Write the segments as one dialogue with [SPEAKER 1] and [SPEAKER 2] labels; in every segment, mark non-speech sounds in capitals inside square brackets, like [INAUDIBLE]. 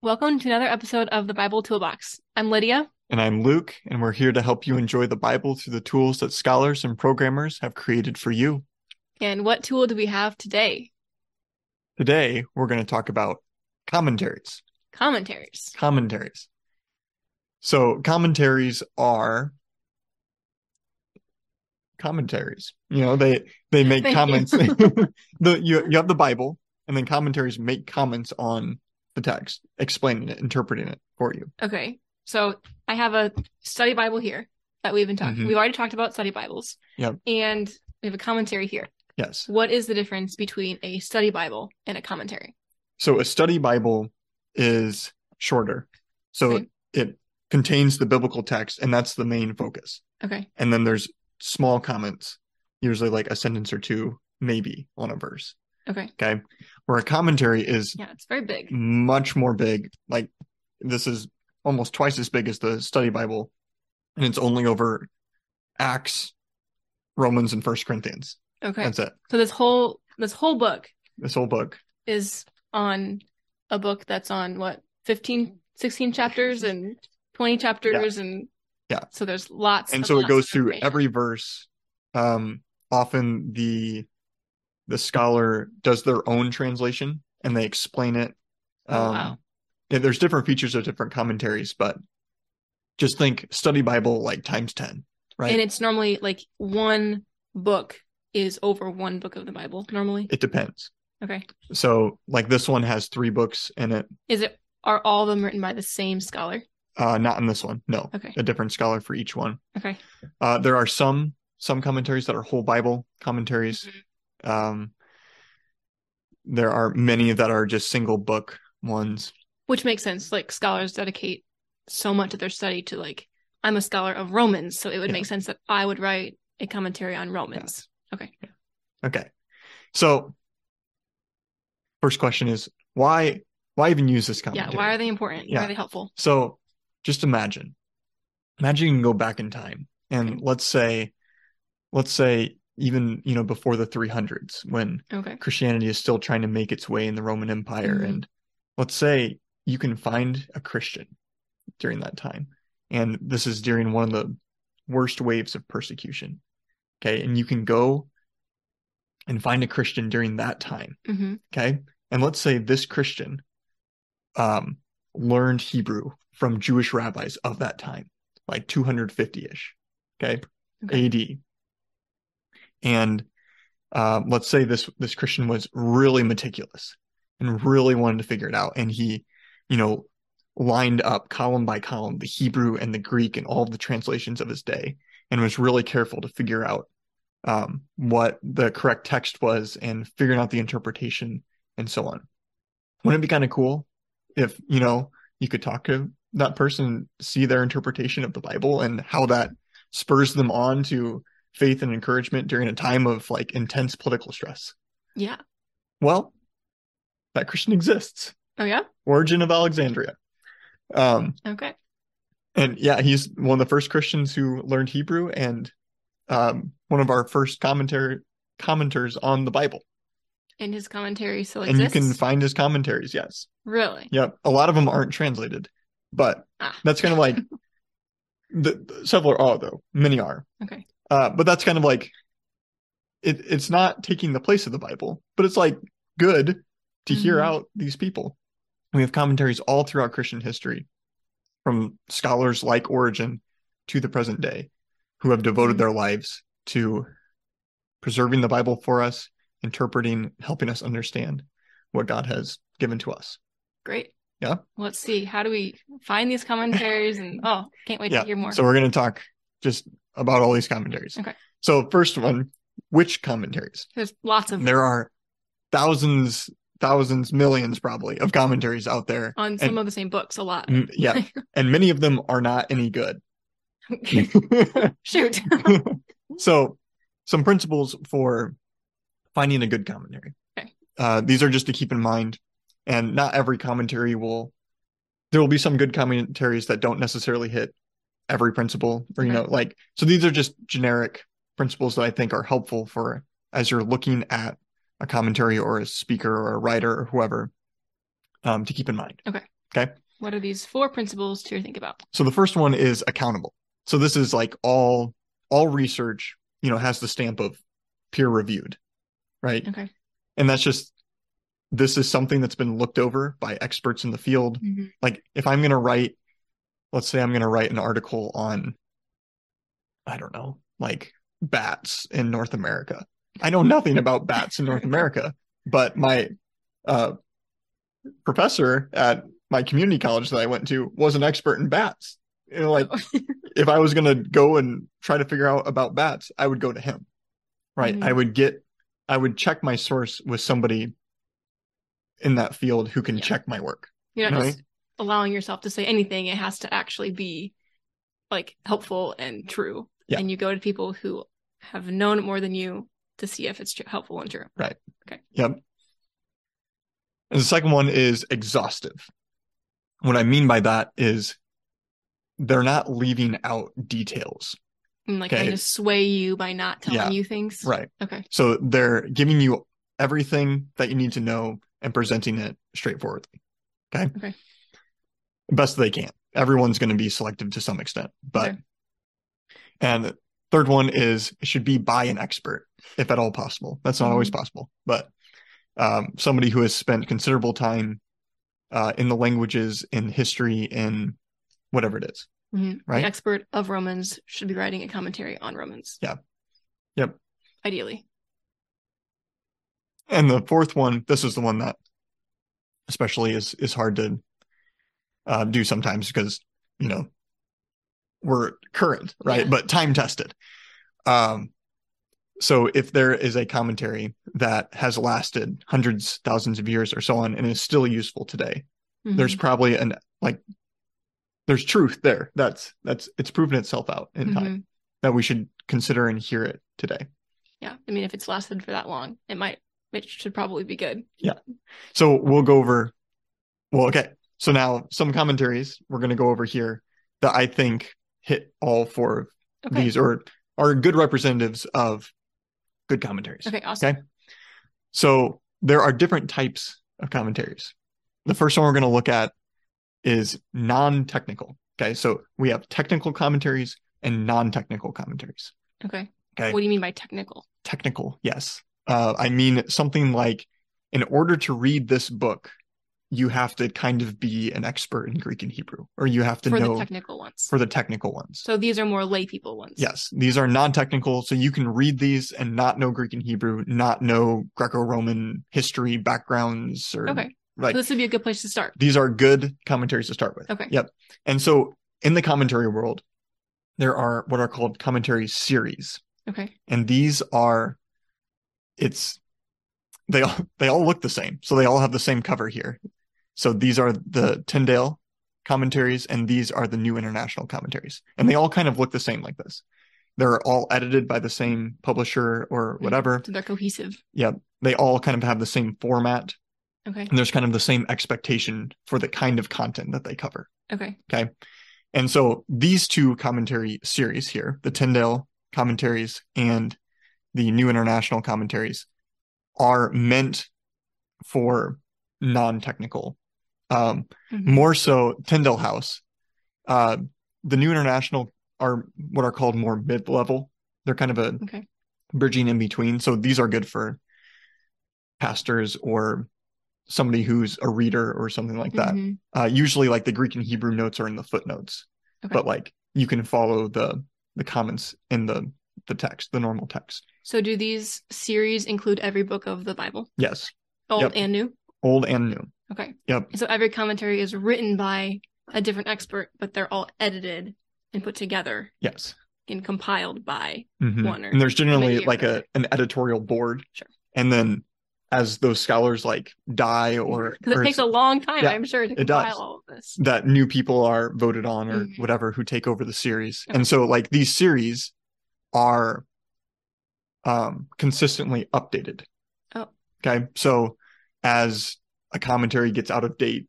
[SPEAKER 1] Welcome to another episode of the Bible Toolbox. I'm Lydia.
[SPEAKER 2] And I'm Luke, and we're here to help you enjoy the Bible through the tools that scholars and programmers have created for you.
[SPEAKER 1] And what tool do we have today?
[SPEAKER 2] Today, we're going to talk about commentaries.
[SPEAKER 1] Commentaries.
[SPEAKER 2] Commentaries. So, commentaries are commentaries. You know, they they make
[SPEAKER 1] Thank you. [LAUGHS]
[SPEAKER 2] comments. [LAUGHS] the you you have the Bible, and then commentaries make comments on the text, explaining it, interpreting it for you.
[SPEAKER 1] Okay. So I have a study Bible here that we've been talking.
[SPEAKER 2] Mhm.
[SPEAKER 1] We've already talked about study Bibles.
[SPEAKER 2] Yep.
[SPEAKER 1] And we have a commentary here.
[SPEAKER 2] Yes.
[SPEAKER 1] What is the difference between a study Bible and a commentary?
[SPEAKER 2] So a study Bible is shorter. So
[SPEAKER 1] Okay.
[SPEAKER 2] it contains the biblical text and that's the main focus.
[SPEAKER 1] Okay.
[SPEAKER 2] And then there's small comments, usually like a sentence or two, maybe on a verse.
[SPEAKER 1] Okay.
[SPEAKER 2] Okay. Where a commentary is
[SPEAKER 1] Yeah, it's very big.
[SPEAKER 2] much more big. Like this is almost twice as big as the study Bible. And it's only over Acts, Romans, and First Corinthians.
[SPEAKER 1] Okay.
[SPEAKER 2] That's it.
[SPEAKER 1] so this whole this whole book
[SPEAKER 2] This whole book.
[SPEAKER 1] is on a book that's on what 15 16 chapters and 20 chapters and
[SPEAKER 2] Yeah.
[SPEAKER 1] so there's lots
[SPEAKER 2] and
[SPEAKER 1] of
[SPEAKER 2] so
[SPEAKER 1] lots
[SPEAKER 2] it
[SPEAKER 1] of
[SPEAKER 2] goes through
[SPEAKER 1] information.
[SPEAKER 2] every verse um often the the scholar does their own translation and they explain it um
[SPEAKER 1] Oh, wow.
[SPEAKER 2] yeah, there's different features of different commentaries but just think study bible like times 10 right
[SPEAKER 1] and
[SPEAKER 2] it,
[SPEAKER 1] it's normally like one book is over one book of the bible normally
[SPEAKER 2] depends
[SPEAKER 1] okay
[SPEAKER 2] so like this one has three books in it
[SPEAKER 1] is it are all of them written by the same scholar
[SPEAKER 2] uh not in this one no
[SPEAKER 1] okay
[SPEAKER 2] a different scholar for each one
[SPEAKER 1] okay
[SPEAKER 2] uh there are some some commentaries that are whole bible commentaries
[SPEAKER 1] Mm-hmm.
[SPEAKER 2] um there are many that are just single book ones
[SPEAKER 1] which makes sense like scholars dedicate so much of their study to like i'm a scholar of romans so it would
[SPEAKER 2] Yeah.
[SPEAKER 1] make sense that i would write a commentary on romans okay
[SPEAKER 2] okay so first question is why why even use this
[SPEAKER 1] yeah
[SPEAKER 2] commentary
[SPEAKER 1] why are they important why
[SPEAKER 2] Yeah.
[SPEAKER 1] are they helpful
[SPEAKER 2] so just imagine imagine you can go back in time and
[SPEAKER 1] Okay.
[SPEAKER 2] let's say let's say even you know before the 300s when
[SPEAKER 1] okay
[SPEAKER 2] christianity is still trying to make its way in the roman empire
[SPEAKER 1] Mhm.
[SPEAKER 2] and let's say you can find a christian during that time and this is during one of the worst waves of persecution okay and you can go and find a christian during that time
[SPEAKER 1] hmm
[SPEAKER 2] okay and let's say this christian um learned hebrew from jewish rabbis of that time like 250ish okay,
[SPEAKER 1] Okay.
[SPEAKER 2] ad and uh, let's say this this christian was really meticulous and really wanted to figure it out and he you know lined up column by column the hebrew and the greek and all the translations of his day and was really careful to figure out um, what the correct text was and figuring out the interpretation and so on. Wouldn't it be kind of cool if, you know, you could talk to that person, see their interpretation of the Bible and how that spurs them on to faith and encouragement during a time of like intense political stress?
[SPEAKER 1] yeah
[SPEAKER 2] Well, that Christian exists.
[SPEAKER 1] oh yeah
[SPEAKER 2] Origin of Alexandria. Um,
[SPEAKER 1] okay
[SPEAKER 2] and yeah, he's one of the first Christians who learned Hebrew and um, one of our first commentary commenters on the Bible.
[SPEAKER 1] and his commentary still
[SPEAKER 2] and
[SPEAKER 1] exists
[SPEAKER 2] you can find his commentaries. Yes.
[SPEAKER 1] really
[SPEAKER 2] Yep. A lot of them aren't translated, but
[SPEAKER 1] Ah.
[SPEAKER 2] that's kind
[SPEAKER 1] [LAUGHS]
[SPEAKER 2] of like the, the- several are though. Many are.
[SPEAKER 1] okay
[SPEAKER 2] Uh, but that's kind of like it. It's not taking the place of the Bible, but it's like good to hear
[SPEAKER 1] Mhm.
[SPEAKER 2] out these people. We have commentaries all throughout Christian history, from scholars like Origen to the present day, who have devoted
[SPEAKER 1] Mhm.
[SPEAKER 2] their lives to preserving the Bible for us, interpreting, helping us understand what God has given to us.
[SPEAKER 1] great
[SPEAKER 2] Yeah.
[SPEAKER 1] let's see how do we find these commentaries and oh can't wait
[SPEAKER 2] Yeah,
[SPEAKER 1] to hear more
[SPEAKER 2] So we're going to talk just about all these commentaries.
[SPEAKER 1] Okay.
[SPEAKER 2] So first one, which commentaries?
[SPEAKER 1] there's lots of
[SPEAKER 2] There are thousands, thousands, millions probably of commentaries out there.
[SPEAKER 1] on some of the same books a lot
[SPEAKER 2] Mm,
[SPEAKER 1] [LAUGHS]
[SPEAKER 2] Yeah. and many of them are not any good.
[SPEAKER 1] shoot [LAUGHS]
[SPEAKER 2] so some principles for finding a good commentary.
[SPEAKER 1] Okay.
[SPEAKER 2] Uh, these are just to keep in mind. And not every commentary will, there will be some good commentaries that don't necessarily hit every principle or, you
[SPEAKER 1] Okay.
[SPEAKER 2] know, like, so these are just generic principles that I think are helpful for as you're looking at a commentary or a speaker or a writer or whoever um, to keep in mind.
[SPEAKER 1] Okay.
[SPEAKER 2] Okay.
[SPEAKER 1] What are these four principles to think about?
[SPEAKER 2] So the first one is accountable. So this is like all all research, you know, has the stamp of peer reviewed, right?
[SPEAKER 1] Okay.
[SPEAKER 2] And that's just this is something that's been looked over by experts in the field.
[SPEAKER 1] Mhm.
[SPEAKER 2] Like if I'm going to write let's say I'm going to write an article on I don't know, like bats in North America. I know nothing about bats in North America, but my uh professor at my community college that I went to was an expert in bats. You know, like if I was going to go and try to figure out about bats, I would go to him. Right?
[SPEAKER 1] Mhm.
[SPEAKER 2] I would get I would check my source with somebody in that field who can
[SPEAKER 1] Yeah.
[SPEAKER 2] check my work.
[SPEAKER 1] You're not
[SPEAKER 2] Right.
[SPEAKER 1] just allowing yourself to say anything. It has to actually be like helpful and true.
[SPEAKER 2] Yeah.
[SPEAKER 1] And you go to people who have known it more than you to see if it's tr- helpful and true.
[SPEAKER 2] Yep. And the second one is exhaustive. What I mean by that is they're not leaving out details.
[SPEAKER 1] And like
[SPEAKER 2] Okay.
[SPEAKER 1] I just sway you by not telling
[SPEAKER 2] Yeah.
[SPEAKER 1] you things.
[SPEAKER 2] Right.
[SPEAKER 1] Okay.
[SPEAKER 2] So they're giving you everything that you need to know and presenting it straightforwardly. Okay.
[SPEAKER 1] Okay.
[SPEAKER 2] Best they can. Everyone's going to be selective to some extent, but
[SPEAKER 1] Okay.
[SPEAKER 2] and the third one is it should be by an expert if at all possible. That's not always
[SPEAKER 1] Mm-hmm.
[SPEAKER 2] possible, but um, somebody who has spent considerable time uh, in the languages, in history, in whatever it is.
[SPEAKER 1] Mhm.
[SPEAKER 2] Right.
[SPEAKER 1] An expert of Romans should be writing a commentary on Romans.
[SPEAKER 2] Yeah. Yep.
[SPEAKER 1] Ideally.
[SPEAKER 2] And the fourth one, this is the one that especially is is hard to uh, do sometimes because you know we're current, right?
[SPEAKER 1] Yeah.
[SPEAKER 2] But time tested. Um, so if there is a commentary that has lasted hundreds, thousands of years, or so on, and is still useful today,
[SPEAKER 1] Mhm.
[SPEAKER 2] there's probably an like there's truth there. That's that's it's proven itself out in time
[SPEAKER 1] Mhm.
[SPEAKER 2] that we should consider and hear it today.
[SPEAKER 1] Mm-hmm. Yeah. I mean, if it's lasted for that long, it might, it should probably be good.
[SPEAKER 2] So we'll go over. Well, okay. So now some commentaries we're going to go over here that I think hit all four of
[SPEAKER 1] Okay.
[SPEAKER 2] these or are good representatives of good commentaries.
[SPEAKER 1] Okay. Awesome.
[SPEAKER 2] Okay. So there are different types of commentaries. The first one we're going to look at is non technical. Okay. So we have technical commentaries and non technical commentaries.
[SPEAKER 1] Okay.
[SPEAKER 2] Okay.
[SPEAKER 1] What do you mean by technical?
[SPEAKER 2] technical yes uh, i mean something like in order to read this book you have to kind of be an expert in greek and hebrew or you have to
[SPEAKER 1] for
[SPEAKER 2] know
[SPEAKER 1] the technical ones.
[SPEAKER 2] for the technical ones
[SPEAKER 1] so these are more lay people ones.
[SPEAKER 2] yes these are non-technical so you can read these and not know greek and hebrew not know greco-roman history backgrounds or
[SPEAKER 1] Okay.
[SPEAKER 2] like
[SPEAKER 1] so this would be a good place to start.
[SPEAKER 2] these are good commentaries to start with.
[SPEAKER 1] Okay.
[SPEAKER 2] Yep. And so in the commentary world, there are what are called commentary series,
[SPEAKER 1] Okay.
[SPEAKER 2] and these are, it's, they all they all look the same, so they all have the same cover here. So these are the Tyndale commentaries, and these are the New International commentaries, and they all kind of look the same like this. They're all edited by the same publisher or whatever.
[SPEAKER 1] So they're cohesive.
[SPEAKER 2] They all kind of have the same format,
[SPEAKER 1] Okay.
[SPEAKER 2] and there's kind of the same expectation for the kind of content that they cover.
[SPEAKER 1] Okay.
[SPEAKER 2] And so these two commentary series here, the Tyndale commentaries and the New International commentaries, are meant for non technical. Um,
[SPEAKER 1] Mhm.
[SPEAKER 2] More so, Tyndale House. Uh, the New International are what are called more mid level. They're kind of a
[SPEAKER 1] Okay.
[SPEAKER 2] bridging in between. So these are good for pastors or somebody who's a reader or something like that
[SPEAKER 1] Mhm.
[SPEAKER 2] uh, usually like the greek and hebrew notes are in the footnotes
[SPEAKER 1] Okay.
[SPEAKER 2] but like you can follow the the comments in the the text the normal text
[SPEAKER 1] So do these series include every book of the Bible,
[SPEAKER 2] yes
[SPEAKER 1] old
[SPEAKER 2] Yep.
[SPEAKER 1] and new?
[SPEAKER 2] old and new
[SPEAKER 1] Okay.
[SPEAKER 2] Yep.
[SPEAKER 1] So every commentary is written by a different expert, but they're all edited and put together
[SPEAKER 2] yes
[SPEAKER 1] and compiled by.
[SPEAKER 2] Mhm.
[SPEAKER 1] One or
[SPEAKER 2] and there's generally
[SPEAKER 1] maybe
[SPEAKER 2] like a
[SPEAKER 1] another.
[SPEAKER 2] an editorial board
[SPEAKER 1] Sure.
[SPEAKER 2] and then as those scholars like die or,
[SPEAKER 1] Because
[SPEAKER 2] or
[SPEAKER 1] it takes a long time,
[SPEAKER 2] yeah,
[SPEAKER 1] I'm sure, to
[SPEAKER 2] does.
[SPEAKER 1] compile all of this.
[SPEAKER 2] that new people are voted on or
[SPEAKER 1] Mhm.
[SPEAKER 2] whatever who take over the series
[SPEAKER 1] Okay.
[SPEAKER 2] and so like these series are um consistently updated
[SPEAKER 1] Oh.
[SPEAKER 2] okay so as a commentary gets out of date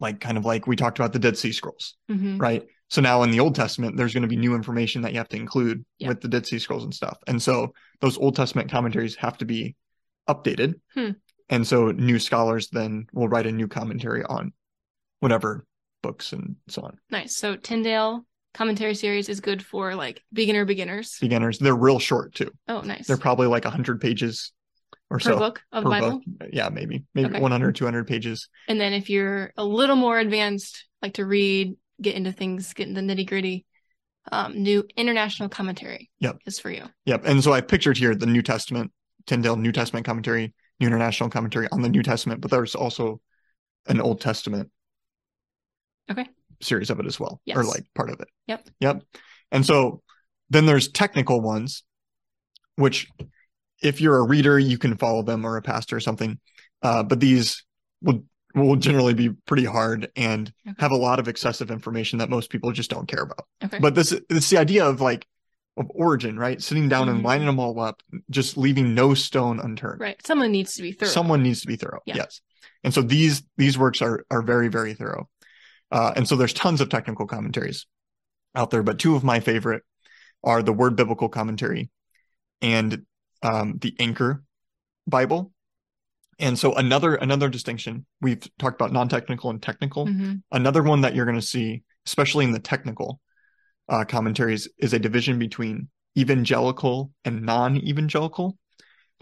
[SPEAKER 2] like kind of like we talked about the dead sea scrolls
[SPEAKER 1] Mhm.
[SPEAKER 2] right so now in the old testament there's going to be new information that you have to include
[SPEAKER 1] Yeah.
[SPEAKER 2] with the dead sea scrolls and stuff and so those old testament commentaries have to be updated
[SPEAKER 1] Hmm.
[SPEAKER 2] and so new scholars then will write a new commentary on whatever books and so on.
[SPEAKER 1] Nice. So Tyndale commentary series is good for like beginner beginners.
[SPEAKER 2] Beginners, they're real short too.
[SPEAKER 1] Oh, nice.
[SPEAKER 2] They're probably like 100 pages or
[SPEAKER 1] per
[SPEAKER 2] so.
[SPEAKER 1] book of the
[SPEAKER 2] per
[SPEAKER 1] Bible.
[SPEAKER 2] book. Yeah, maybe. Maybe
[SPEAKER 1] Okay.
[SPEAKER 2] 100, 200 pages.
[SPEAKER 1] And then if you're a little more advanced, like to read, get into things, get into the nitty gritty, um, new international commentary
[SPEAKER 2] Yep.
[SPEAKER 1] is for you.
[SPEAKER 2] Yep. And so I pictured here the New Testament, Tyndale New Testament commentary, New International commentary on the New Testament, but there's also an Old Testament
[SPEAKER 1] Okay.
[SPEAKER 2] series of it as well, or
[SPEAKER 1] Yes.
[SPEAKER 2] like part of it.
[SPEAKER 1] Yep.
[SPEAKER 2] Yep. And so then there's technical ones, which if you're a reader, you can follow them or a pastor or something. Uh, but these will will generally be pretty hard and
[SPEAKER 1] Okay.
[SPEAKER 2] have a lot of excessive information that most people just don't care about.
[SPEAKER 1] Okay.
[SPEAKER 2] [LAUGHS] But this it's the idea of like of origin, right? Sitting down and
[SPEAKER 1] Mhm.
[SPEAKER 2] lining them all up, just leaving no stone unturned.
[SPEAKER 1] right. Someone needs to be thorough.
[SPEAKER 2] Someone needs to be thorough.
[SPEAKER 1] Yeah.
[SPEAKER 2] Yes. And so these these works are are very very thorough. Uh, and so there's tons of technical commentaries out there, but two of my favorite are the Word Biblical Commentary and um, the Anchor Bible. And so another another distinction we've talked about non-technical and technical
[SPEAKER 1] Mhm.
[SPEAKER 2] another one that you're going to see, especially in the technical uh, commentaries, is a division between evangelical and non-evangelical.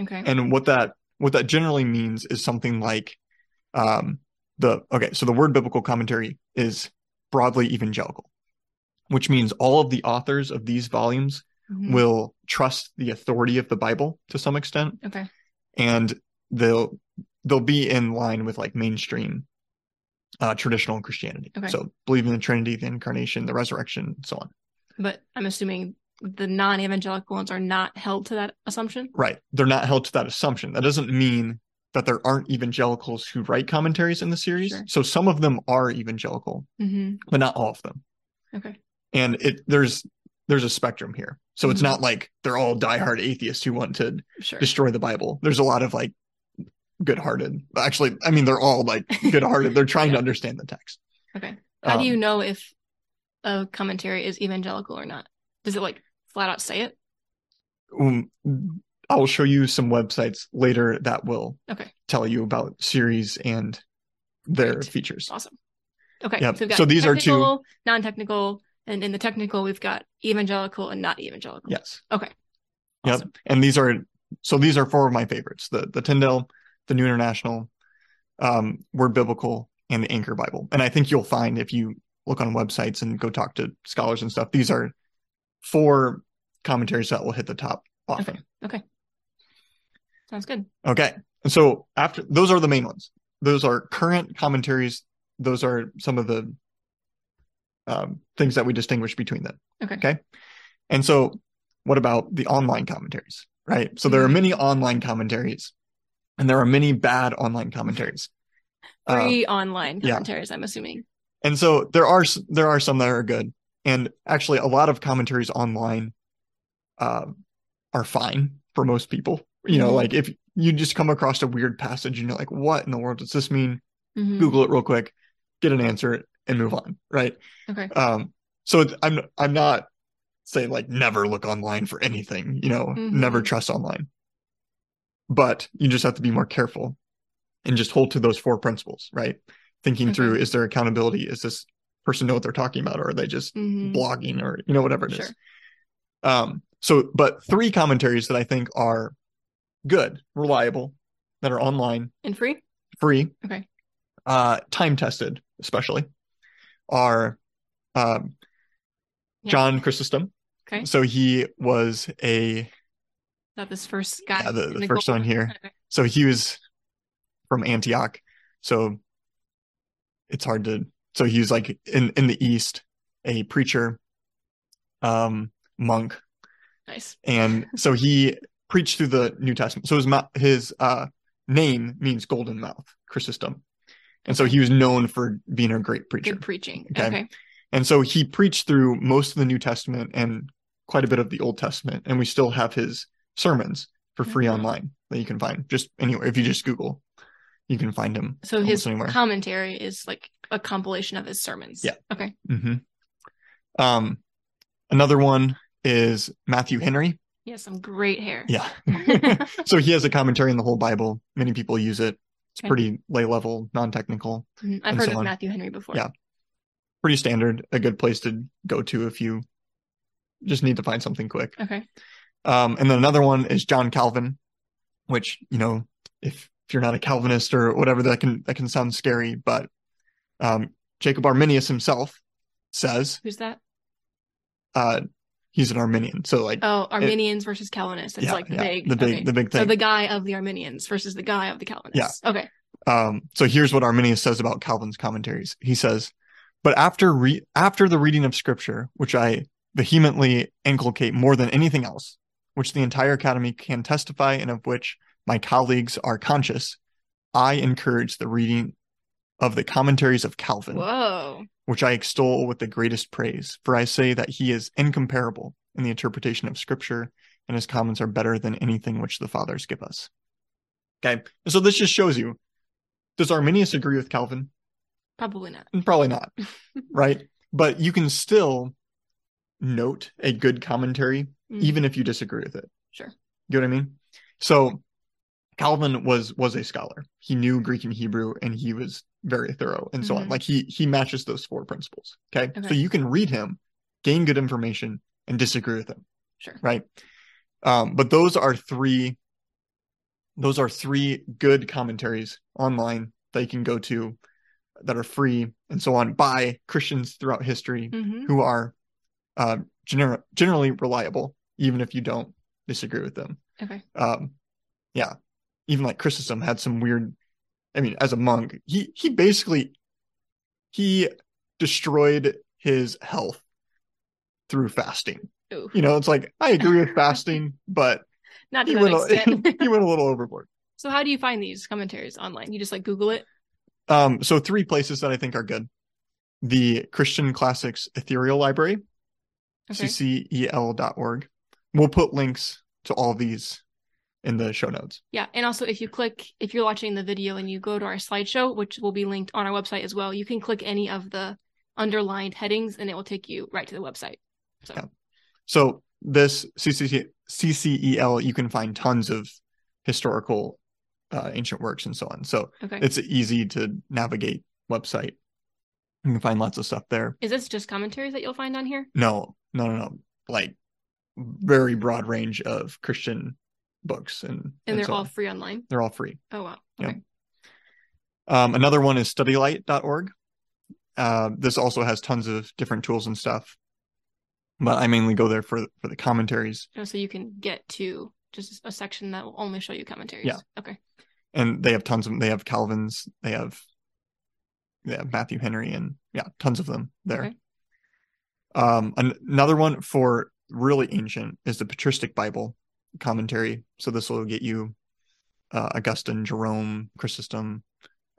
[SPEAKER 1] Okay.
[SPEAKER 2] And what that what that generally means is something like um, the okay. So the word biblical commentary is broadly evangelical, which means all of the authors of these volumes
[SPEAKER 1] Mhm.
[SPEAKER 2] will trust the authority of the Bible to some extent
[SPEAKER 1] okay.
[SPEAKER 2] and they'll they'll be in line with like mainstream uh traditional christianity
[SPEAKER 1] Okay.
[SPEAKER 2] so believe in the trinity the incarnation the resurrection and so on
[SPEAKER 1] But I'm assuming the non evangelical ones are not held to that assumption.
[SPEAKER 2] right they're not held to that assumption that doesn't mean that there aren't evangelicals who write commentaries in the series
[SPEAKER 1] Sure.
[SPEAKER 2] so some of them are evangelical
[SPEAKER 1] hmm
[SPEAKER 2] but not all of them
[SPEAKER 1] Okay.
[SPEAKER 2] and it there's there's a spectrum here so it's
[SPEAKER 1] Mhm.
[SPEAKER 2] not like they're all diehard atheists who want to
[SPEAKER 1] Sure.
[SPEAKER 2] destroy the Bible. There's a lot of like good hearted. Actually, I mean, they're all like good hearted. They're trying
[SPEAKER 1] [LAUGHS]
[SPEAKER 2] to
[SPEAKER 1] Yeah.
[SPEAKER 2] understand the text.
[SPEAKER 1] Okay. How do
[SPEAKER 2] Um,
[SPEAKER 1] you know if a commentary is evangelical or not? Does it like flat out say it?
[SPEAKER 2] um, I will show you some websites later that will
[SPEAKER 1] Okay.
[SPEAKER 2] tell you about series and their
[SPEAKER 1] Great.
[SPEAKER 2] features.
[SPEAKER 1] Awesome. Okay.
[SPEAKER 2] Yep.
[SPEAKER 1] So, we've got
[SPEAKER 2] So these are two-
[SPEAKER 1] technical, non-technical, and in the technical we've got evangelical and not evangelical.
[SPEAKER 2] Yes.
[SPEAKER 1] Okay. Awesome.
[SPEAKER 2] Yep. And these are so these are four of my favorites: the the Tyndale, the New International, um, Word Biblical, and the Anchor Bible. And I think you'll find if you look on websites and go talk to scholars and stuff, these are four commentaries that will hit the top often.
[SPEAKER 1] Sounds good.
[SPEAKER 2] Okay. And so after those are the main ones. Those are current commentaries. Those are some of the um, things that we distinguish between them.
[SPEAKER 1] Okay.
[SPEAKER 2] Okay. And so, what about the online commentaries, right? So, there are
[SPEAKER 1] Mhm.
[SPEAKER 2] many online commentaries, and there are many bad online commentaries. Um,
[SPEAKER 1] Three online
[SPEAKER 2] yeah.
[SPEAKER 1] commentaries, I'm assuming.
[SPEAKER 2] and so, there are s- there are some that are good, and actually, a lot of commentaries online uh, are fine for most people. You know,
[SPEAKER 1] Mhm.
[SPEAKER 2] like if you just come across a weird passage and you're like, "What in the world does this mean?"
[SPEAKER 1] Mhm.
[SPEAKER 2] Google it real quick, get an answer, and move on, right?
[SPEAKER 1] Okay.
[SPEAKER 2] um so it's, i'm i'm not saying like never look online for anything you know
[SPEAKER 1] Mhm.
[SPEAKER 2] never trust online but you just have to be more careful and just hold to those four principles right thinking
[SPEAKER 1] Okay.
[SPEAKER 2] through is there accountability is this person know what they're talking about or are they just
[SPEAKER 1] Mhm.
[SPEAKER 2] blogging or you know whatever it is
[SPEAKER 1] Sure.
[SPEAKER 2] um so but three commentaries that i think are good reliable that are online
[SPEAKER 1] And free?
[SPEAKER 2] free
[SPEAKER 1] Okay.
[SPEAKER 2] uh time tested especially are um
[SPEAKER 1] Yeah.
[SPEAKER 2] john chrysostom
[SPEAKER 1] Okay.
[SPEAKER 2] so he was a
[SPEAKER 1] Not this first guy.
[SPEAKER 2] yeah, the,
[SPEAKER 1] in
[SPEAKER 2] the first
[SPEAKER 1] gold.
[SPEAKER 2] one here.
[SPEAKER 1] Okay.
[SPEAKER 2] So he was from Antioch. So it's hard to so he was like in in the east, a preacher, um, monk,
[SPEAKER 1] Nice.
[SPEAKER 2] and so he preached through the New Testament. So his mou- his uh name means golden mouth, Chrysostom, and so he was known for being a great preacher.
[SPEAKER 1] Good preaching.
[SPEAKER 2] Okay.
[SPEAKER 1] Okay.
[SPEAKER 2] And so he preached through most of the New Testament and quite a bit of the Old Testament. And we still have his sermons for free
[SPEAKER 1] Mhm.
[SPEAKER 2] online that you can find just anywhere. If you just Google, you can find him.
[SPEAKER 1] So
[SPEAKER 2] almost
[SPEAKER 1] his
[SPEAKER 2] anywhere.
[SPEAKER 1] commentary is like a compilation of his sermons.
[SPEAKER 2] Yeah.
[SPEAKER 1] Okay.
[SPEAKER 2] hmm Um, another one is Matthew Henry.
[SPEAKER 1] [LAUGHS] He has some great hair.
[SPEAKER 2] [LAUGHS] Yeah. so he has a commentary on the whole Bible. Many people use it. It's pretty lay level, non technical,
[SPEAKER 1] Mhm. I've
[SPEAKER 2] and
[SPEAKER 1] heard
[SPEAKER 2] so
[SPEAKER 1] of
[SPEAKER 2] on.
[SPEAKER 1] Matthew Henry before.
[SPEAKER 2] Yeah. pretty standard, a good place to go to if you just need to find something quick.
[SPEAKER 1] Okay.
[SPEAKER 2] Um, and then another one is John Calvin, which you know, if if you're not a Calvinist or whatever, that can that can sound scary. But um, Jacob Arminius himself says
[SPEAKER 1] Who's that?
[SPEAKER 2] uh, he's an Arminian, so like
[SPEAKER 1] Oh, Arminians versus Calvinists. It's
[SPEAKER 2] yeah,
[SPEAKER 1] like the
[SPEAKER 2] yeah,
[SPEAKER 1] big.
[SPEAKER 2] the big
[SPEAKER 1] okay.
[SPEAKER 2] the big
[SPEAKER 1] So
[SPEAKER 2] thing.
[SPEAKER 1] the guy of the Arminians versus the guy of the Calvinists. Okay.
[SPEAKER 2] um, so here's what Arminius says about Calvin's commentaries. He says, "But after re- after the reading of Scripture, which I vehemently inculcate more than anything else, which the entire Academy can testify, and of which my colleagues are conscious, I encourage the reading of the commentaries of Calvin,
[SPEAKER 1] Whoa.
[SPEAKER 2] which I extol with the greatest praise. For I say that he is incomparable in the interpretation of Scripture, and his comments are better than anything which the fathers give us." Okay, so this just shows you. Does Arminius agree with Calvin? Mm,
[SPEAKER 1] Probably not.
[SPEAKER 2] Probably not, right? But you can still note a good commentary,
[SPEAKER 1] Mm.
[SPEAKER 2] even if you disagree with it.
[SPEAKER 1] Sure.
[SPEAKER 2] You know what I mean? So Calvin was was a scholar. He knew Greek and Hebrew, and he was very thorough, and so on.
[SPEAKER 1] Mhm.
[SPEAKER 2] Like he he matches those four principles. Okay? so
[SPEAKER 1] Okay.
[SPEAKER 2] you can read him, gain good information, and disagree with him.
[SPEAKER 1] Sure.
[SPEAKER 2] Right. Um, but those are three. Those are three good commentaries online that you can go to, that are free and so on by Christians throughout history
[SPEAKER 1] hmm
[SPEAKER 2] who are uh, gener- generally reliable, even if you don't disagree with them.
[SPEAKER 1] Okay.
[SPEAKER 2] Um, yeah, even like Chrysostom had some weird. I mean, as a monk, he he basically he destroyed his health through fasting.
[SPEAKER 1] Ooh.
[SPEAKER 2] You know, it's like I agree with fasting, but
[SPEAKER 1] [LAUGHS] Not to
[SPEAKER 2] he
[SPEAKER 1] that
[SPEAKER 2] went a, [LAUGHS]
[SPEAKER 1] extent.
[SPEAKER 2] he went a little overboard.
[SPEAKER 1] so how do you find these commentaries online? You just like Google it.
[SPEAKER 2] Um, so three places that I think are good: the Christian Classics Ethereal Library,
[SPEAKER 1] Okay.
[SPEAKER 2] E ccel.org. We'll put links to all these in the show notes.
[SPEAKER 1] Yeah, and also if you click, if you're watching the video and you go to our slideshow, which will be linked on our website as well, you can click any of the underlined headings and it will take you right to the website. So
[SPEAKER 2] Yeah. So this E, CCC, CCEL, you can find tons of historical uh, ancient works and so on. So
[SPEAKER 1] okay,
[SPEAKER 2] it's an easy to navigate website. You can find lots of stuff there.
[SPEAKER 1] is this just commentaries that you'll find on here?
[SPEAKER 2] No, no, no, no. Like very broad range of Christian books and
[SPEAKER 1] And, they're
[SPEAKER 2] so
[SPEAKER 1] all
[SPEAKER 2] on.
[SPEAKER 1] free online.
[SPEAKER 2] they're all free.
[SPEAKER 1] Oh wow.
[SPEAKER 2] Yeah.
[SPEAKER 1] Okay.
[SPEAKER 2] Um, another one is studylight.org. Uh, this also has tons of different tools and stuff, but I mainly go there for for the commentaries,
[SPEAKER 1] Oh, So you can get to just a section that will only show you commentaries.
[SPEAKER 2] Yeah.
[SPEAKER 1] Okay.
[SPEAKER 2] and they have tons of they have Calvin's, they have they have Matthew Henry, and yeah, tons of them there.
[SPEAKER 1] Okay.
[SPEAKER 2] Um, an- another one for really ancient is the Patristic Bible commentary. So this will get you uh, Augustine, Jerome, Chrysostom,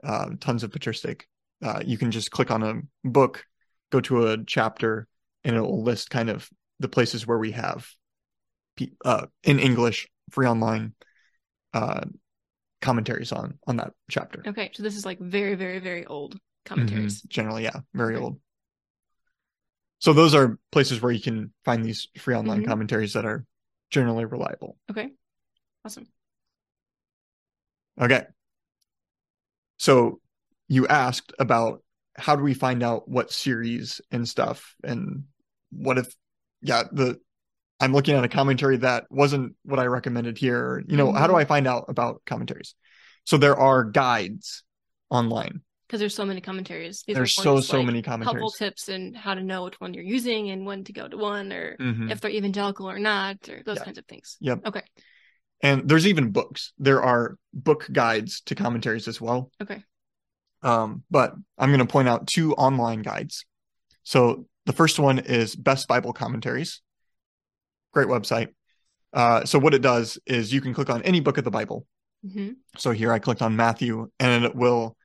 [SPEAKER 2] uh, tons of patristic. Uh, you can just click on a book, go to a chapter, and it will list kind of the places where we have pe- uh, in English free online uh, commentaries on on that chapter.
[SPEAKER 1] Okay. So this is like very, very, very old
[SPEAKER 2] Mhm.
[SPEAKER 1] commentaries.
[SPEAKER 2] Generally, yeah, very
[SPEAKER 1] Okay.
[SPEAKER 2] old. So those are places where you can find these free online
[SPEAKER 1] Mhm.
[SPEAKER 2] commentaries that are generally reliable.
[SPEAKER 1] Okay. Awesome.
[SPEAKER 2] Okay. So you asked about how do we find out what series and stuff and what if yeah, the I'm looking at a commentary that wasn't what I recommended here. or, You know, how do
[SPEAKER 1] Mhm.
[SPEAKER 2] I find out about commentaries? So there are guides online.
[SPEAKER 1] Because there's so many commentaries. These are
[SPEAKER 2] There's
[SPEAKER 1] more
[SPEAKER 2] so
[SPEAKER 1] just,
[SPEAKER 2] so
[SPEAKER 1] like,
[SPEAKER 2] many
[SPEAKER 1] helpful
[SPEAKER 2] commentaries.
[SPEAKER 1] tips and how to know which one you're using and when to go to one or
[SPEAKER 2] Mhm.
[SPEAKER 1] if they're evangelical or not or those
[SPEAKER 2] Yeah.
[SPEAKER 1] kinds of things.
[SPEAKER 2] Yep.
[SPEAKER 1] Okay.
[SPEAKER 2] and there's even books there are book guides to commentaries as well
[SPEAKER 1] Okay.
[SPEAKER 2] um, but i'm going to point out two online guides so the first one is best bible commentaries great website uh, so what it does is you can click on any book of the bible
[SPEAKER 1] hmm
[SPEAKER 2] so here i clicked on matthew and it will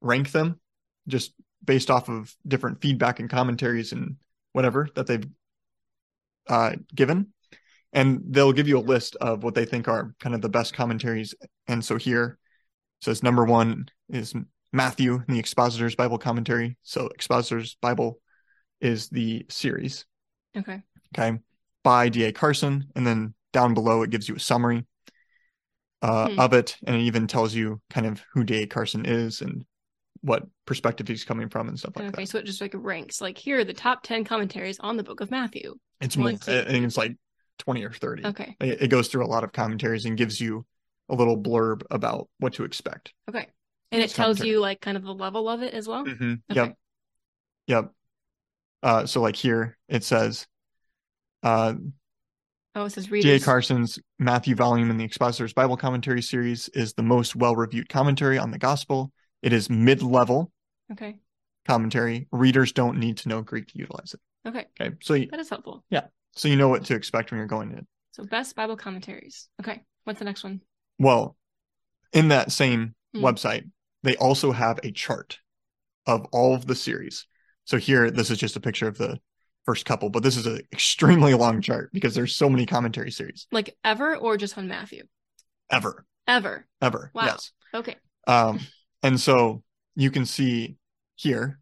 [SPEAKER 2] rank them just based off of different feedback and commentaries and whatever that they've uh, given. And they'll give you a list of what they think are kind of the best commentaries. And so here it says number one is Matthew in the Expositor's Bible Commentary. So Expositor's Bible is the series,
[SPEAKER 1] Okay.
[SPEAKER 2] okay, by D.A. Carson. And then down below it gives you a summary. uh,
[SPEAKER 1] Hmm.
[SPEAKER 2] of it, and it even tells you kind of who D.A. Carson is and what perspective he's coming from and stuff like
[SPEAKER 1] okay,
[SPEAKER 2] that.
[SPEAKER 1] so it just like ranks. Like here are the top ten commentaries on the Book of Matthew.
[SPEAKER 2] It's more,
[SPEAKER 1] Well,
[SPEAKER 2] I
[SPEAKER 1] it's like-
[SPEAKER 2] think it's like twenty or thirty.
[SPEAKER 1] Okay,
[SPEAKER 2] It, it goes through a lot of commentaries and gives you a little blurb about what to expect.
[SPEAKER 1] okay, and it
[SPEAKER 2] It's
[SPEAKER 1] tells
[SPEAKER 2] commentary. Mm-hmm.
[SPEAKER 1] you like kind of the level of it as well. Okay.
[SPEAKER 2] Yep. Yep. Uh, so like here it says, uh,
[SPEAKER 1] Oh, it says
[SPEAKER 2] D.A.
[SPEAKER 1] readers.
[SPEAKER 2] Carson's Matthew volume in the Expositor's Bible Commentary series is the most well-reviewed commentary on the Gospel. It is mid-level
[SPEAKER 1] okay,
[SPEAKER 2] commentary. Readers don't need to know Greek to utilize it.
[SPEAKER 1] okay,
[SPEAKER 2] Okay, so you,
[SPEAKER 1] that is helpful.
[SPEAKER 2] so you know what to expect when you're going to.
[SPEAKER 1] So best Bible commentaries. Okay, what's the next one?
[SPEAKER 2] Well, in that same
[SPEAKER 1] Hmm.
[SPEAKER 2] website, they also have a chart of all of the series. So here, this is just a picture of the first couple, but this is an extremely long chart because there's so many commentary series
[SPEAKER 1] Like ever or just on Matthew?
[SPEAKER 2] ever,
[SPEAKER 1] Ever.
[SPEAKER 2] ever.
[SPEAKER 1] Wow.
[SPEAKER 2] Yes.
[SPEAKER 1] Okay.
[SPEAKER 2] Um, and so you can see here,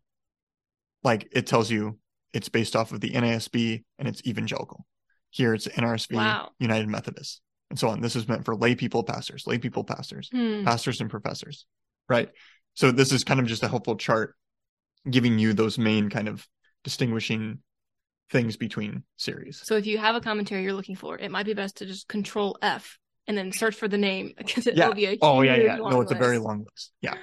[SPEAKER 2] like it tells you it's based off of the NASB and it's evangelical. Here it's NRSV,
[SPEAKER 1] Wow.
[SPEAKER 2] United Methodist, and so on. This is meant for lay people, pastors, lay people, pastors,
[SPEAKER 1] Hmm.
[SPEAKER 2] pastors, and professors, right? So this is kind of just a helpful chart giving you those main kind of distinguishing things between series.
[SPEAKER 1] So if you have a commentary you're looking for, it might be best to just Control F and then search for the name [LAUGHS] because it
[SPEAKER 2] Yeah.
[SPEAKER 1] will be a
[SPEAKER 2] Oh yeah,
[SPEAKER 1] huge
[SPEAKER 2] yeah. No,
[SPEAKER 1] long
[SPEAKER 2] it's a very
[SPEAKER 1] list
[SPEAKER 2] long list. Yeah.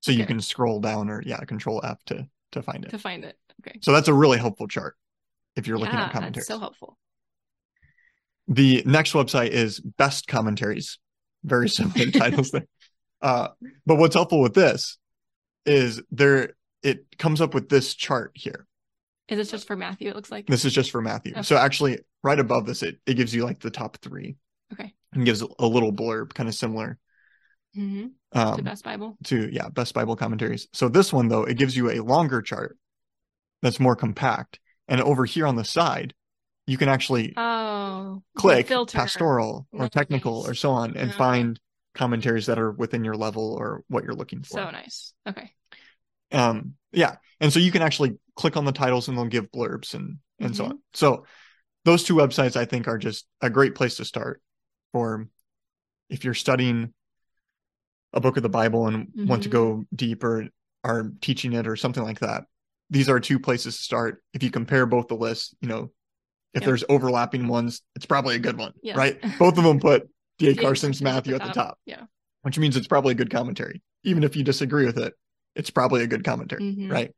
[SPEAKER 2] So you
[SPEAKER 1] Okay.
[SPEAKER 2] can scroll down or yeah, control F to to find it.
[SPEAKER 1] to find it. Okay.
[SPEAKER 2] So that's a really helpful chart if you're looking
[SPEAKER 1] yeah,
[SPEAKER 2] at commentaries.
[SPEAKER 1] Ah, that's so helpful.
[SPEAKER 2] the next website is Best Commentaries.
[SPEAKER 1] [LAUGHS]
[SPEAKER 2] Very similar titles there. Uh, but what's helpful with this is there it comes up with this chart here.
[SPEAKER 1] Is this just for Matthew? It looks like.
[SPEAKER 2] This is just for Matthew.
[SPEAKER 1] Okay.
[SPEAKER 2] So actually, right above this, it it gives you like the top three
[SPEAKER 1] Okay.
[SPEAKER 2] and gives a little blurb, kind of similar
[SPEAKER 1] hmm
[SPEAKER 2] um,
[SPEAKER 1] the best Bible.
[SPEAKER 2] to yeah best bible commentaries so this one though it gives you a longer chart that's more compact and over here on the side you can actually
[SPEAKER 1] Oh. the
[SPEAKER 2] click
[SPEAKER 1] filter. Uh-huh.
[SPEAKER 2] pastoral or
[SPEAKER 1] Nice.
[SPEAKER 2] technical or so on and
[SPEAKER 1] Yeah.
[SPEAKER 2] find commentaries that are within your level or what you're looking for
[SPEAKER 1] So nice. Okay.
[SPEAKER 2] um yeah and so you can actually click on the titles and they'll give blurbs and and so
[SPEAKER 1] Mhm.
[SPEAKER 2] on so those two websites i think are just a great place to start for if you're studying a book of the bible and want to
[SPEAKER 1] Mhm.
[SPEAKER 2] go deep or are teaching it or something like that these are two places to start if you compare both the lists you know if
[SPEAKER 1] Yep.
[SPEAKER 2] there's overlapping ones it's probably a good one
[SPEAKER 1] Yes.
[SPEAKER 2] right both of them put da
[SPEAKER 1] [LAUGHS] D.A.
[SPEAKER 2] carson's
[SPEAKER 1] Carson's at
[SPEAKER 2] matthew
[SPEAKER 1] the
[SPEAKER 2] at the
[SPEAKER 1] top.
[SPEAKER 2] top
[SPEAKER 1] Yeah.
[SPEAKER 2] which means it's probably a good commentary even if you disagree with it it's probably a good commentary
[SPEAKER 1] Mhm.
[SPEAKER 2] right?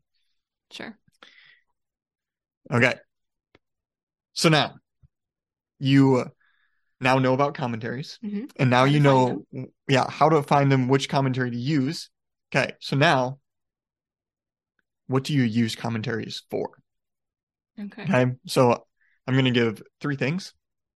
[SPEAKER 1] Sure.
[SPEAKER 2] Okay. So now you uh, now know about commentaries,
[SPEAKER 1] Mhm.
[SPEAKER 2] and now
[SPEAKER 1] How to
[SPEAKER 2] you
[SPEAKER 1] find
[SPEAKER 2] know, yeah, how to find them, which commentary to use. Okay. So now, what do you use commentaries for?
[SPEAKER 1] Okay.
[SPEAKER 2] Okay. So I'm going to give three things.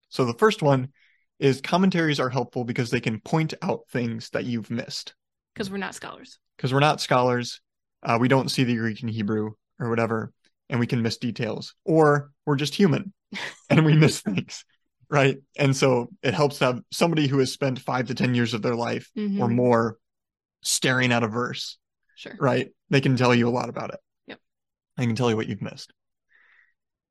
[SPEAKER 2] So the first one is commentaries are helpful because they can point out things that you've missed.
[SPEAKER 1] Because we're not scholars.
[SPEAKER 2] because we're not scholars. Uh, we don't see the Greek and Hebrew or whatever, and we can miss details, or we're just human and we miss things, right? And so it helps to have somebody who has spent five to 10 years of their life or
[SPEAKER 1] Mhm.
[SPEAKER 2] more staring at a verse,
[SPEAKER 1] Sure.
[SPEAKER 2] right? They can tell you a lot about it.
[SPEAKER 1] Yep.
[SPEAKER 2] They can tell you what you've missed.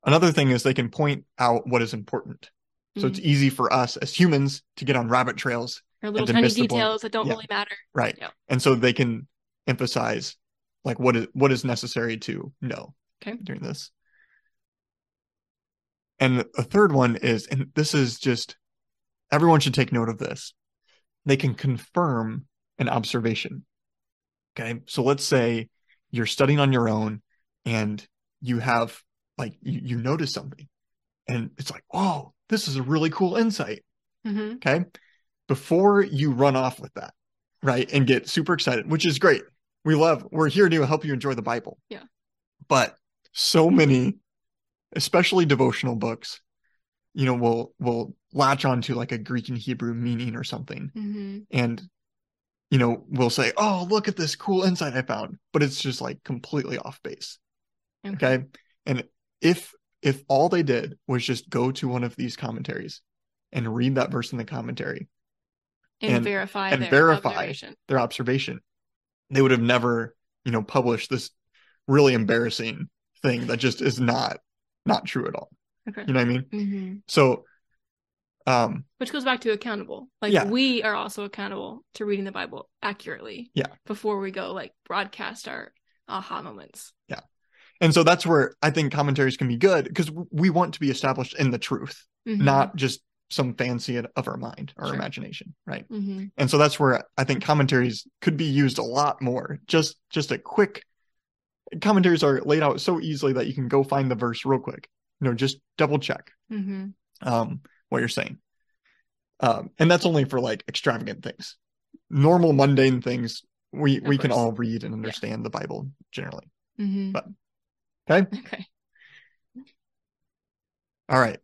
[SPEAKER 2] Another thing is they can point out what is important. So it's easy for us as humans to get on rabbit trails
[SPEAKER 1] Or little
[SPEAKER 2] to
[SPEAKER 1] tiny
[SPEAKER 2] miss the point.
[SPEAKER 1] details that don't
[SPEAKER 2] Yeah.
[SPEAKER 1] really matter.
[SPEAKER 2] right
[SPEAKER 1] Yeah.
[SPEAKER 2] and so they can emphasize like what is what is necessary to know
[SPEAKER 1] Okay.
[SPEAKER 2] during this and the third one is and this is just everyone should take note of this they can confirm an observation okay so let's say you're studying on your own and you have like you, you notice something and it's like oh this is a really cool insight
[SPEAKER 1] hmm
[SPEAKER 2] Okay. Before you run off with that, right? And get super excited, which is great. We love, we're here to help you enjoy the Bible.
[SPEAKER 1] Yeah.
[SPEAKER 2] But so many, especially devotional books, you know, will will latch onto like a Greek and Hebrew meaning or something.
[SPEAKER 1] hmm
[SPEAKER 2] And, you know, will say, Oh, look at this cool insight I found. But it's just like completely off base okay and if if all they did was just go to one of these commentaries and read that verse in the commentary
[SPEAKER 1] And,
[SPEAKER 2] And-
[SPEAKER 1] verify
[SPEAKER 2] and
[SPEAKER 1] their
[SPEAKER 2] verify.
[SPEAKER 1] observation.
[SPEAKER 2] their observation they would have never you know published this really embarrassing thing that just is not not true at all
[SPEAKER 1] Okay.
[SPEAKER 2] you know what i mean
[SPEAKER 1] hmm
[SPEAKER 2] so Um,
[SPEAKER 1] which goes back to accountable. Like
[SPEAKER 2] Yeah.
[SPEAKER 1] we are also accountable to reading the Bible accurately.
[SPEAKER 2] Yeah.
[SPEAKER 1] Before we go like broadcast our aha moments.
[SPEAKER 2] and so that's where I think commentaries can be good because we want to be established in the truth,
[SPEAKER 1] Mhm.
[SPEAKER 2] not just some fancy of our mind or
[SPEAKER 1] Sure.
[SPEAKER 2] imagination, right?
[SPEAKER 1] Mhm.
[SPEAKER 2] and so that's where i think commentaries could be used a lot more just just a quick commentaries are laid out so easily that you can go find the verse real quick you know just double check
[SPEAKER 1] Mhm.
[SPEAKER 2] um what you're saying um and that's only for like extravagant things normal mundane things we we can
[SPEAKER 1] course.
[SPEAKER 2] all read and understand the bible generally
[SPEAKER 1] Mhm.
[SPEAKER 2] But- okay
[SPEAKER 1] Okay.
[SPEAKER 2] all right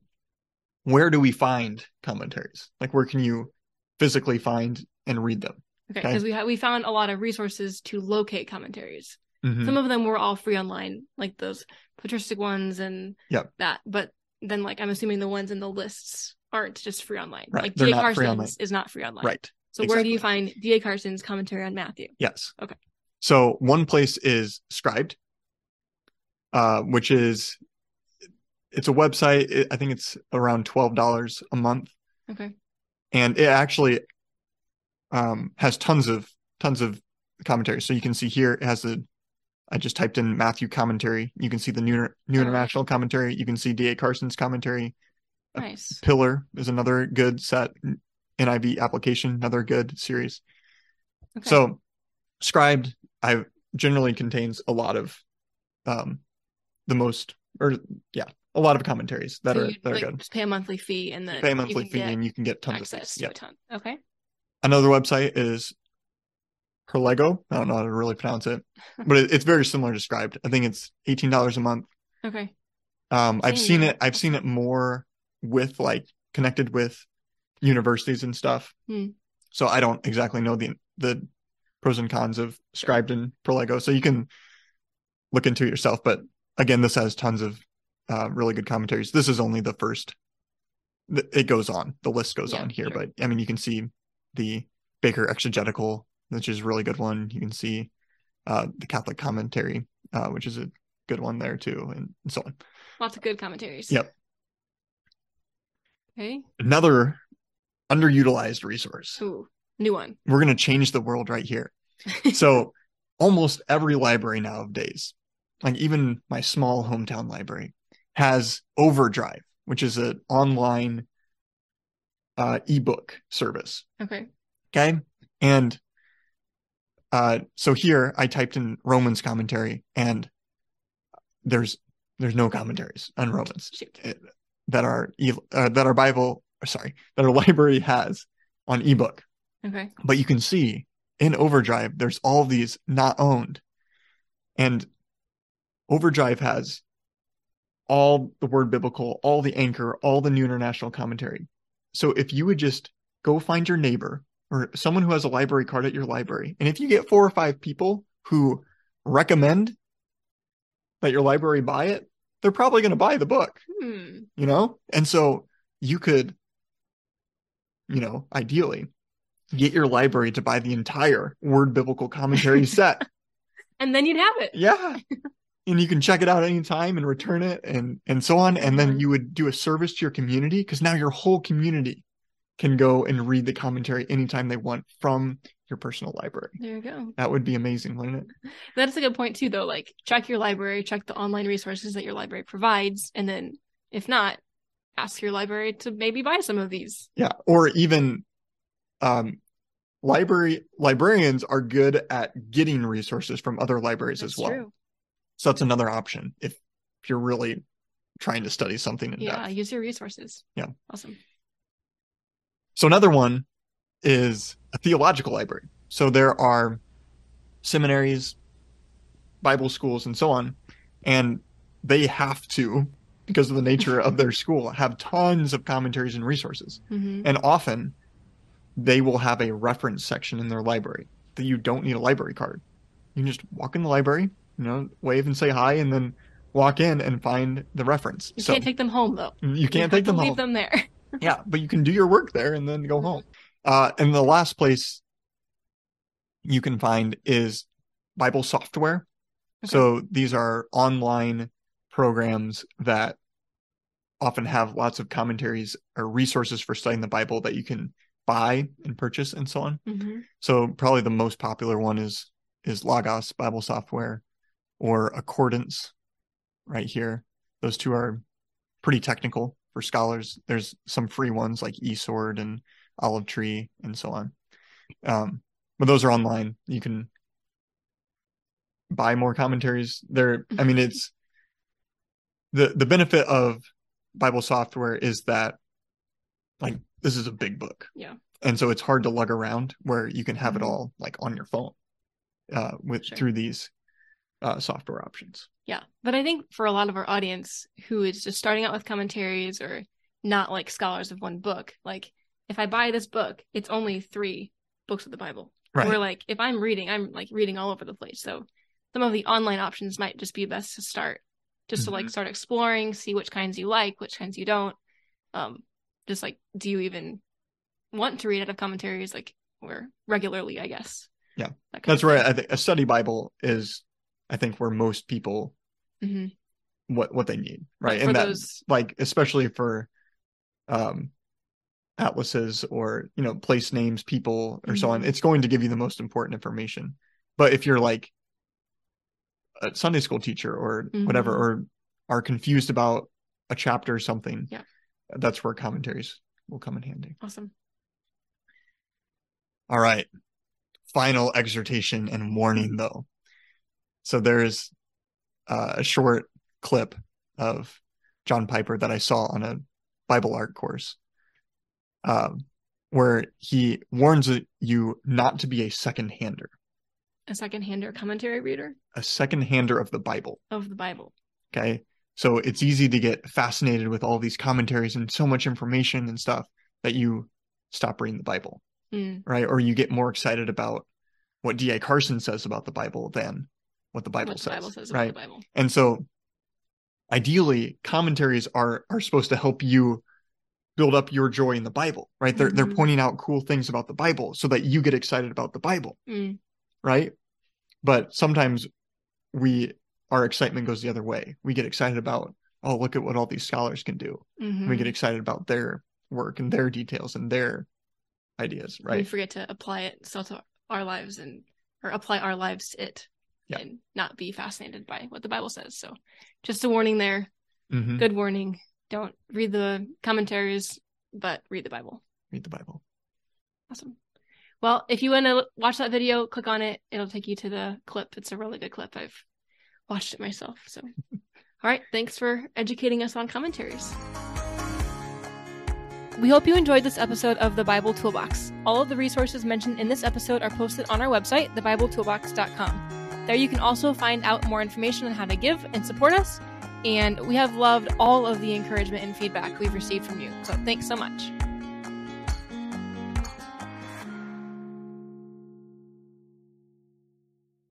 [SPEAKER 2] where do we find commentaries like where can you physically find and read them
[SPEAKER 1] Okay.
[SPEAKER 2] Okay.
[SPEAKER 1] Because we ha- we found a lot of resources to locate commentaries.
[SPEAKER 2] Mhm.
[SPEAKER 1] Some of them were all free online, like those patristic ones and
[SPEAKER 2] Yep.
[SPEAKER 1] that. But then, like I'm assuming the ones in the lists aren't just free online.
[SPEAKER 2] Right,
[SPEAKER 1] Like
[SPEAKER 2] they're
[SPEAKER 1] D.A.
[SPEAKER 2] not free online.
[SPEAKER 1] Carson's is not free online.
[SPEAKER 2] right
[SPEAKER 1] So where do you find D.A. Carson's commentary on Matthew?
[SPEAKER 2] Yes.
[SPEAKER 1] Okay.
[SPEAKER 2] So one place is Scribed, uh, which is it's a website. It, I think it's around twelve dollars a month,
[SPEAKER 1] Okay.
[SPEAKER 2] and it actually um, has tons of tons of commentary. So you can see here it has the I just typed in Matthew commentary. You can see the New, New
[SPEAKER 1] Oh,
[SPEAKER 2] International commentary. You can see D. A. Carson's commentary. Uh,
[SPEAKER 1] Nice.
[SPEAKER 2] Pillar is another good set. NIV application, another good series.
[SPEAKER 1] Okay.
[SPEAKER 2] So, scribed I generally contains a lot of um the most or yeah, a lot of commentaries that
[SPEAKER 1] So
[SPEAKER 2] are
[SPEAKER 1] you'd,
[SPEAKER 2] that are
[SPEAKER 1] like,
[SPEAKER 2] good.
[SPEAKER 1] Just pay a monthly fee and then
[SPEAKER 2] Pay a
[SPEAKER 1] you
[SPEAKER 2] monthly
[SPEAKER 1] can
[SPEAKER 2] fee
[SPEAKER 1] get
[SPEAKER 2] and you can get tons of
[SPEAKER 1] access
[SPEAKER 2] things.
[SPEAKER 1] to
[SPEAKER 2] Yeah.
[SPEAKER 1] a ton. Okay.
[SPEAKER 2] Another website is Perlego. I don't know how to really pronounce it, but it, it's very similar to scribed. I think it's eighteen dollars a month.
[SPEAKER 1] Okay.
[SPEAKER 2] Um I've
[SPEAKER 1] Dang,
[SPEAKER 2] seen
[SPEAKER 1] yeah.
[SPEAKER 2] it I've seen it more with like connected with universities and stuff.
[SPEAKER 1] Hmm.
[SPEAKER 2] So I don't exactly know the the pros and cons of scribed and Prolego. So you can look into it yourself. But again, this has tons of uh, really good commentaries. This is only the first. th- It goes on. The list goes
[SPEAKER 1] Yeah,
[SPEAKER 2] on here,
[SPEAKER 1] sure.
[SPEAKER 2] but I mean, you can see the Baker Exegetical, which is a really good one. You can see uh, the Catholic Commentary, uh, which is a good one there too, and so on.
[SPEAKER 1] Lots of good commentaries.
[SPEAKER 2] Yep.
[SPEAKER 1] Okay.
[SPEAKER 2] Another underutilized resource.
[SPEAKER 1] Ooh, new one.
[SPEAKER 2] We're going to change the world right here. so almost every library nowadays, like even my small hometown library, has Overdrive, which is an online uh, ebook service.
[SPEAKER 1] okay.
[SPEAKER 2] Okay. And uh, so here I typed in Romans commentary and there's there's no commentaries on Romans
[SPEAKER 1] Shoot.
[SPEAKER 2] that are uh, that our Bible or sorry that our [LAUGHS] library has on ebook
[SPEAKER 1] Okay.
[SPEAKER 2] but you can see in overdrive there's all these not owned and overdrive has all the word biblical all the anchor all the new international commentary so if you would just go find your neighbor or someone who has a library card at your library and if you get four or five people who recommend that your library buy it they're probably going to buy the book
[SPEAKER 1] Hmm.
[SPEAKER 2] you know and so you could you know ideally get your library to buy the entire word biblical commentary set
[SPEAKER 1] And then you'd have it.
[SPEAKER 2] yeah and you can check it out anytime and return it and and so on and then
[SPEAKER 1] Mhm.
[SPEAKER 2] you would do a service to your community because now your whole community can go and read the commentary anytime they want from your personal library
[SPEAKER 1] There you go.
[SPEAKER 2] that would be amazing wouldn't it
[SPEAKER 1] That's a good point too, though. Like, check your library, check the online resources that your library provides, and then if not, ask your library to maybe buy some of these.
[SPEAKER 2] yeah or even um library librarians are good at getting resources from other libraries as well So that's another option if, if you're really trying to study something in
[SPEAKER 1] Yeah.
[SPEAKER 2] depth.
[SPEAKER 1] Use your resources.
[SPEAKER 2] Yeah.
[SPEAKER 1] Awesome.
[SPEAKER 2] So another one is a theological library. So there are seminaries, Bible schools, and so on, and they have to, because of the nature of their school, have tons of commentaries and resources.
[SPEAKER 1] hmm
[SPEAKER 2] And often they will have a reference section in their library that you don't need a library card. You can just walk in the library, you know, wave and say hi, and then walk in and find the reference.
[SPEAKER 1] You
[SPEAKER 2] so
[SPEAKER 1] can't take them home though.
[SPEAKER 2] you
[SPEAKER 1] You have
[SPEAKER 2] can't take
[SPEAKER 1] to
[SPEAKER 2] them
[SPEAKER 1] leave
[SPEAKER 2] home.
[SPEAKER 1] them there. [LAUGHS]
[SPEAKER 2] Yeah, but you can do your work there and then go home. Uh, and the last place you can find is Bible software.
[SPEAKER 1] Okay.
[SPEAKER 2] So these are online programs that often have lots of commentaries or resources for studying the Bible that you can buy and purchase and so on.
[SPEAKER 1] Mm-hmm.
[SPEAKER 2] So probably the most popular one is is Logos Bible software or Accordance right here. Those two are pretty technical for scholars. There's some free ones like eSword and Olive Tree and so on. Um, but those are online. You can buy more commentaries. There I mean it's the the benefit of Bible software is that like this is a big book.
[SPEAKER 1] Yeah.
[SPEAKER 2] And so it's hard to lug around where you can have
[SPEAKER 1] Mhm.
[SPEAKER 2] it all like on your phone uh with
[SPEAKER 1] Sure.
[SPEAKER 2] through these uh software options.
[SPEAKER 1] Yeah. But I think for a lot of our audience who is just starting out with commentaries or not like scholars of one book, like if I buy this book, it's only three books of the Bible.
[SPEAKER 2] Right.
[SPEAKER 1] Or like if I'm reading, I'm like reading all over the place. So some of the online options might just be best to start just to
[SPEAKER 2] Mm-hmm.
[SPEAKER 1] like start exploring, see which kinds you like, which kinds you don't. Um, just like do you even want to read out of commentaries like or regularly, I guess.
[SPEAKER 2] Yeah.
[SPEAKER 1] That kind
[SPEAKER 2] That's
[SPEAKER 1] of
[SPEAKER 2] where I think a study Bible is I think where most people
[SPEAKER 1] thing. Mhm.
[SPEAKER 2] what what they need. Right.
[SPEAKER 1] Like, for
[SPEAKER 2] and that
[SPEAKER 1] those
[SPEAKER 2] like especially for um atlases or you know place names people or so on it's going to give you the most important information but if you're like a sunday school teacher or whatever
[SPEAKER 1] Mhm.
[SPEAKER 2] or are confused about a chapter or something
[SPEAKER 1] Yeah.
[SPEAKER 2] that's where commentaries will come in handy
[SPEAKER 1] awesome.
[SPEAKER 2] all right final exhortation and warning though so there's uh, a short clip of john piper that i saw on a bible art course um, where he warns you not to be a second hander
[SPEAKER 1] A second hander commentary reader.
[SPEAKER 2] a second hander of the bible
[SPEAKER 1] of the Bible.
[SPEAKER 2] okay so it's easy to get fascinated with all these commentaries and so much information and stuff that you stop reading the bible
[SPEAKER 1] Mm,
[SPEAKER 2] right? Or you get more excited about what D.A. Carson says about the Bible than what the Bible
[SPEAKER 1] what the
[SPEAKER 2] says,
[SPEAKER 1] Bible says about
[SPEAKER 2] right?
[SPEAKER 1] the Bible.
[SPEAKER 2] And so, ideally, commentaries are are supposed to help you build up your joy in the Bible, right? They're they're
[SPEAKER 1] Mhm.
[SPEAKER 2] pointing out cool things about the Bible so that you get excited about the Bible,
[SPEAKER 1] Mm,
[SPEAKER 2] right? But sometimes we our excitement goes the other way. We get excited about oh look at what all these scholars can do.
[SPEAKER 1] mhm.
[SPEAKER 2] We get excited about their work and their details and their ideas,
[SPEAKER 1] We
[SPEAKER 2] right?
[SPEAKER 1] forget to apply it so to our lives and or apply our lives to it
[SPEAKER 2] Yeah.
[SPEAKER 1] and not be fascinated by what the Bible says. So just a warning there.
[SPEAKER 2] Mm-hmm.
[SPEAKER 1] Good warning. Don't read the commentaries, but read the Bible.
[SPEAKER 2] Read the Bible.
[SPEAKER 1] Awesome. Well, if you want to watch that video, click on it. It'll take you to the clip. It's a really good clip. I've watched it myself. So, all right. Thanks for educating us on commentaries. We hope you enjoyed this episode of the Bible Toolbox. All of the resources mentioned in this episode are posted on our website, thebibletoolbox.com. There you can also find out more information on how to give and support us. And we have loved all of the encouragement and feedback we've received from you. So, thanks so much.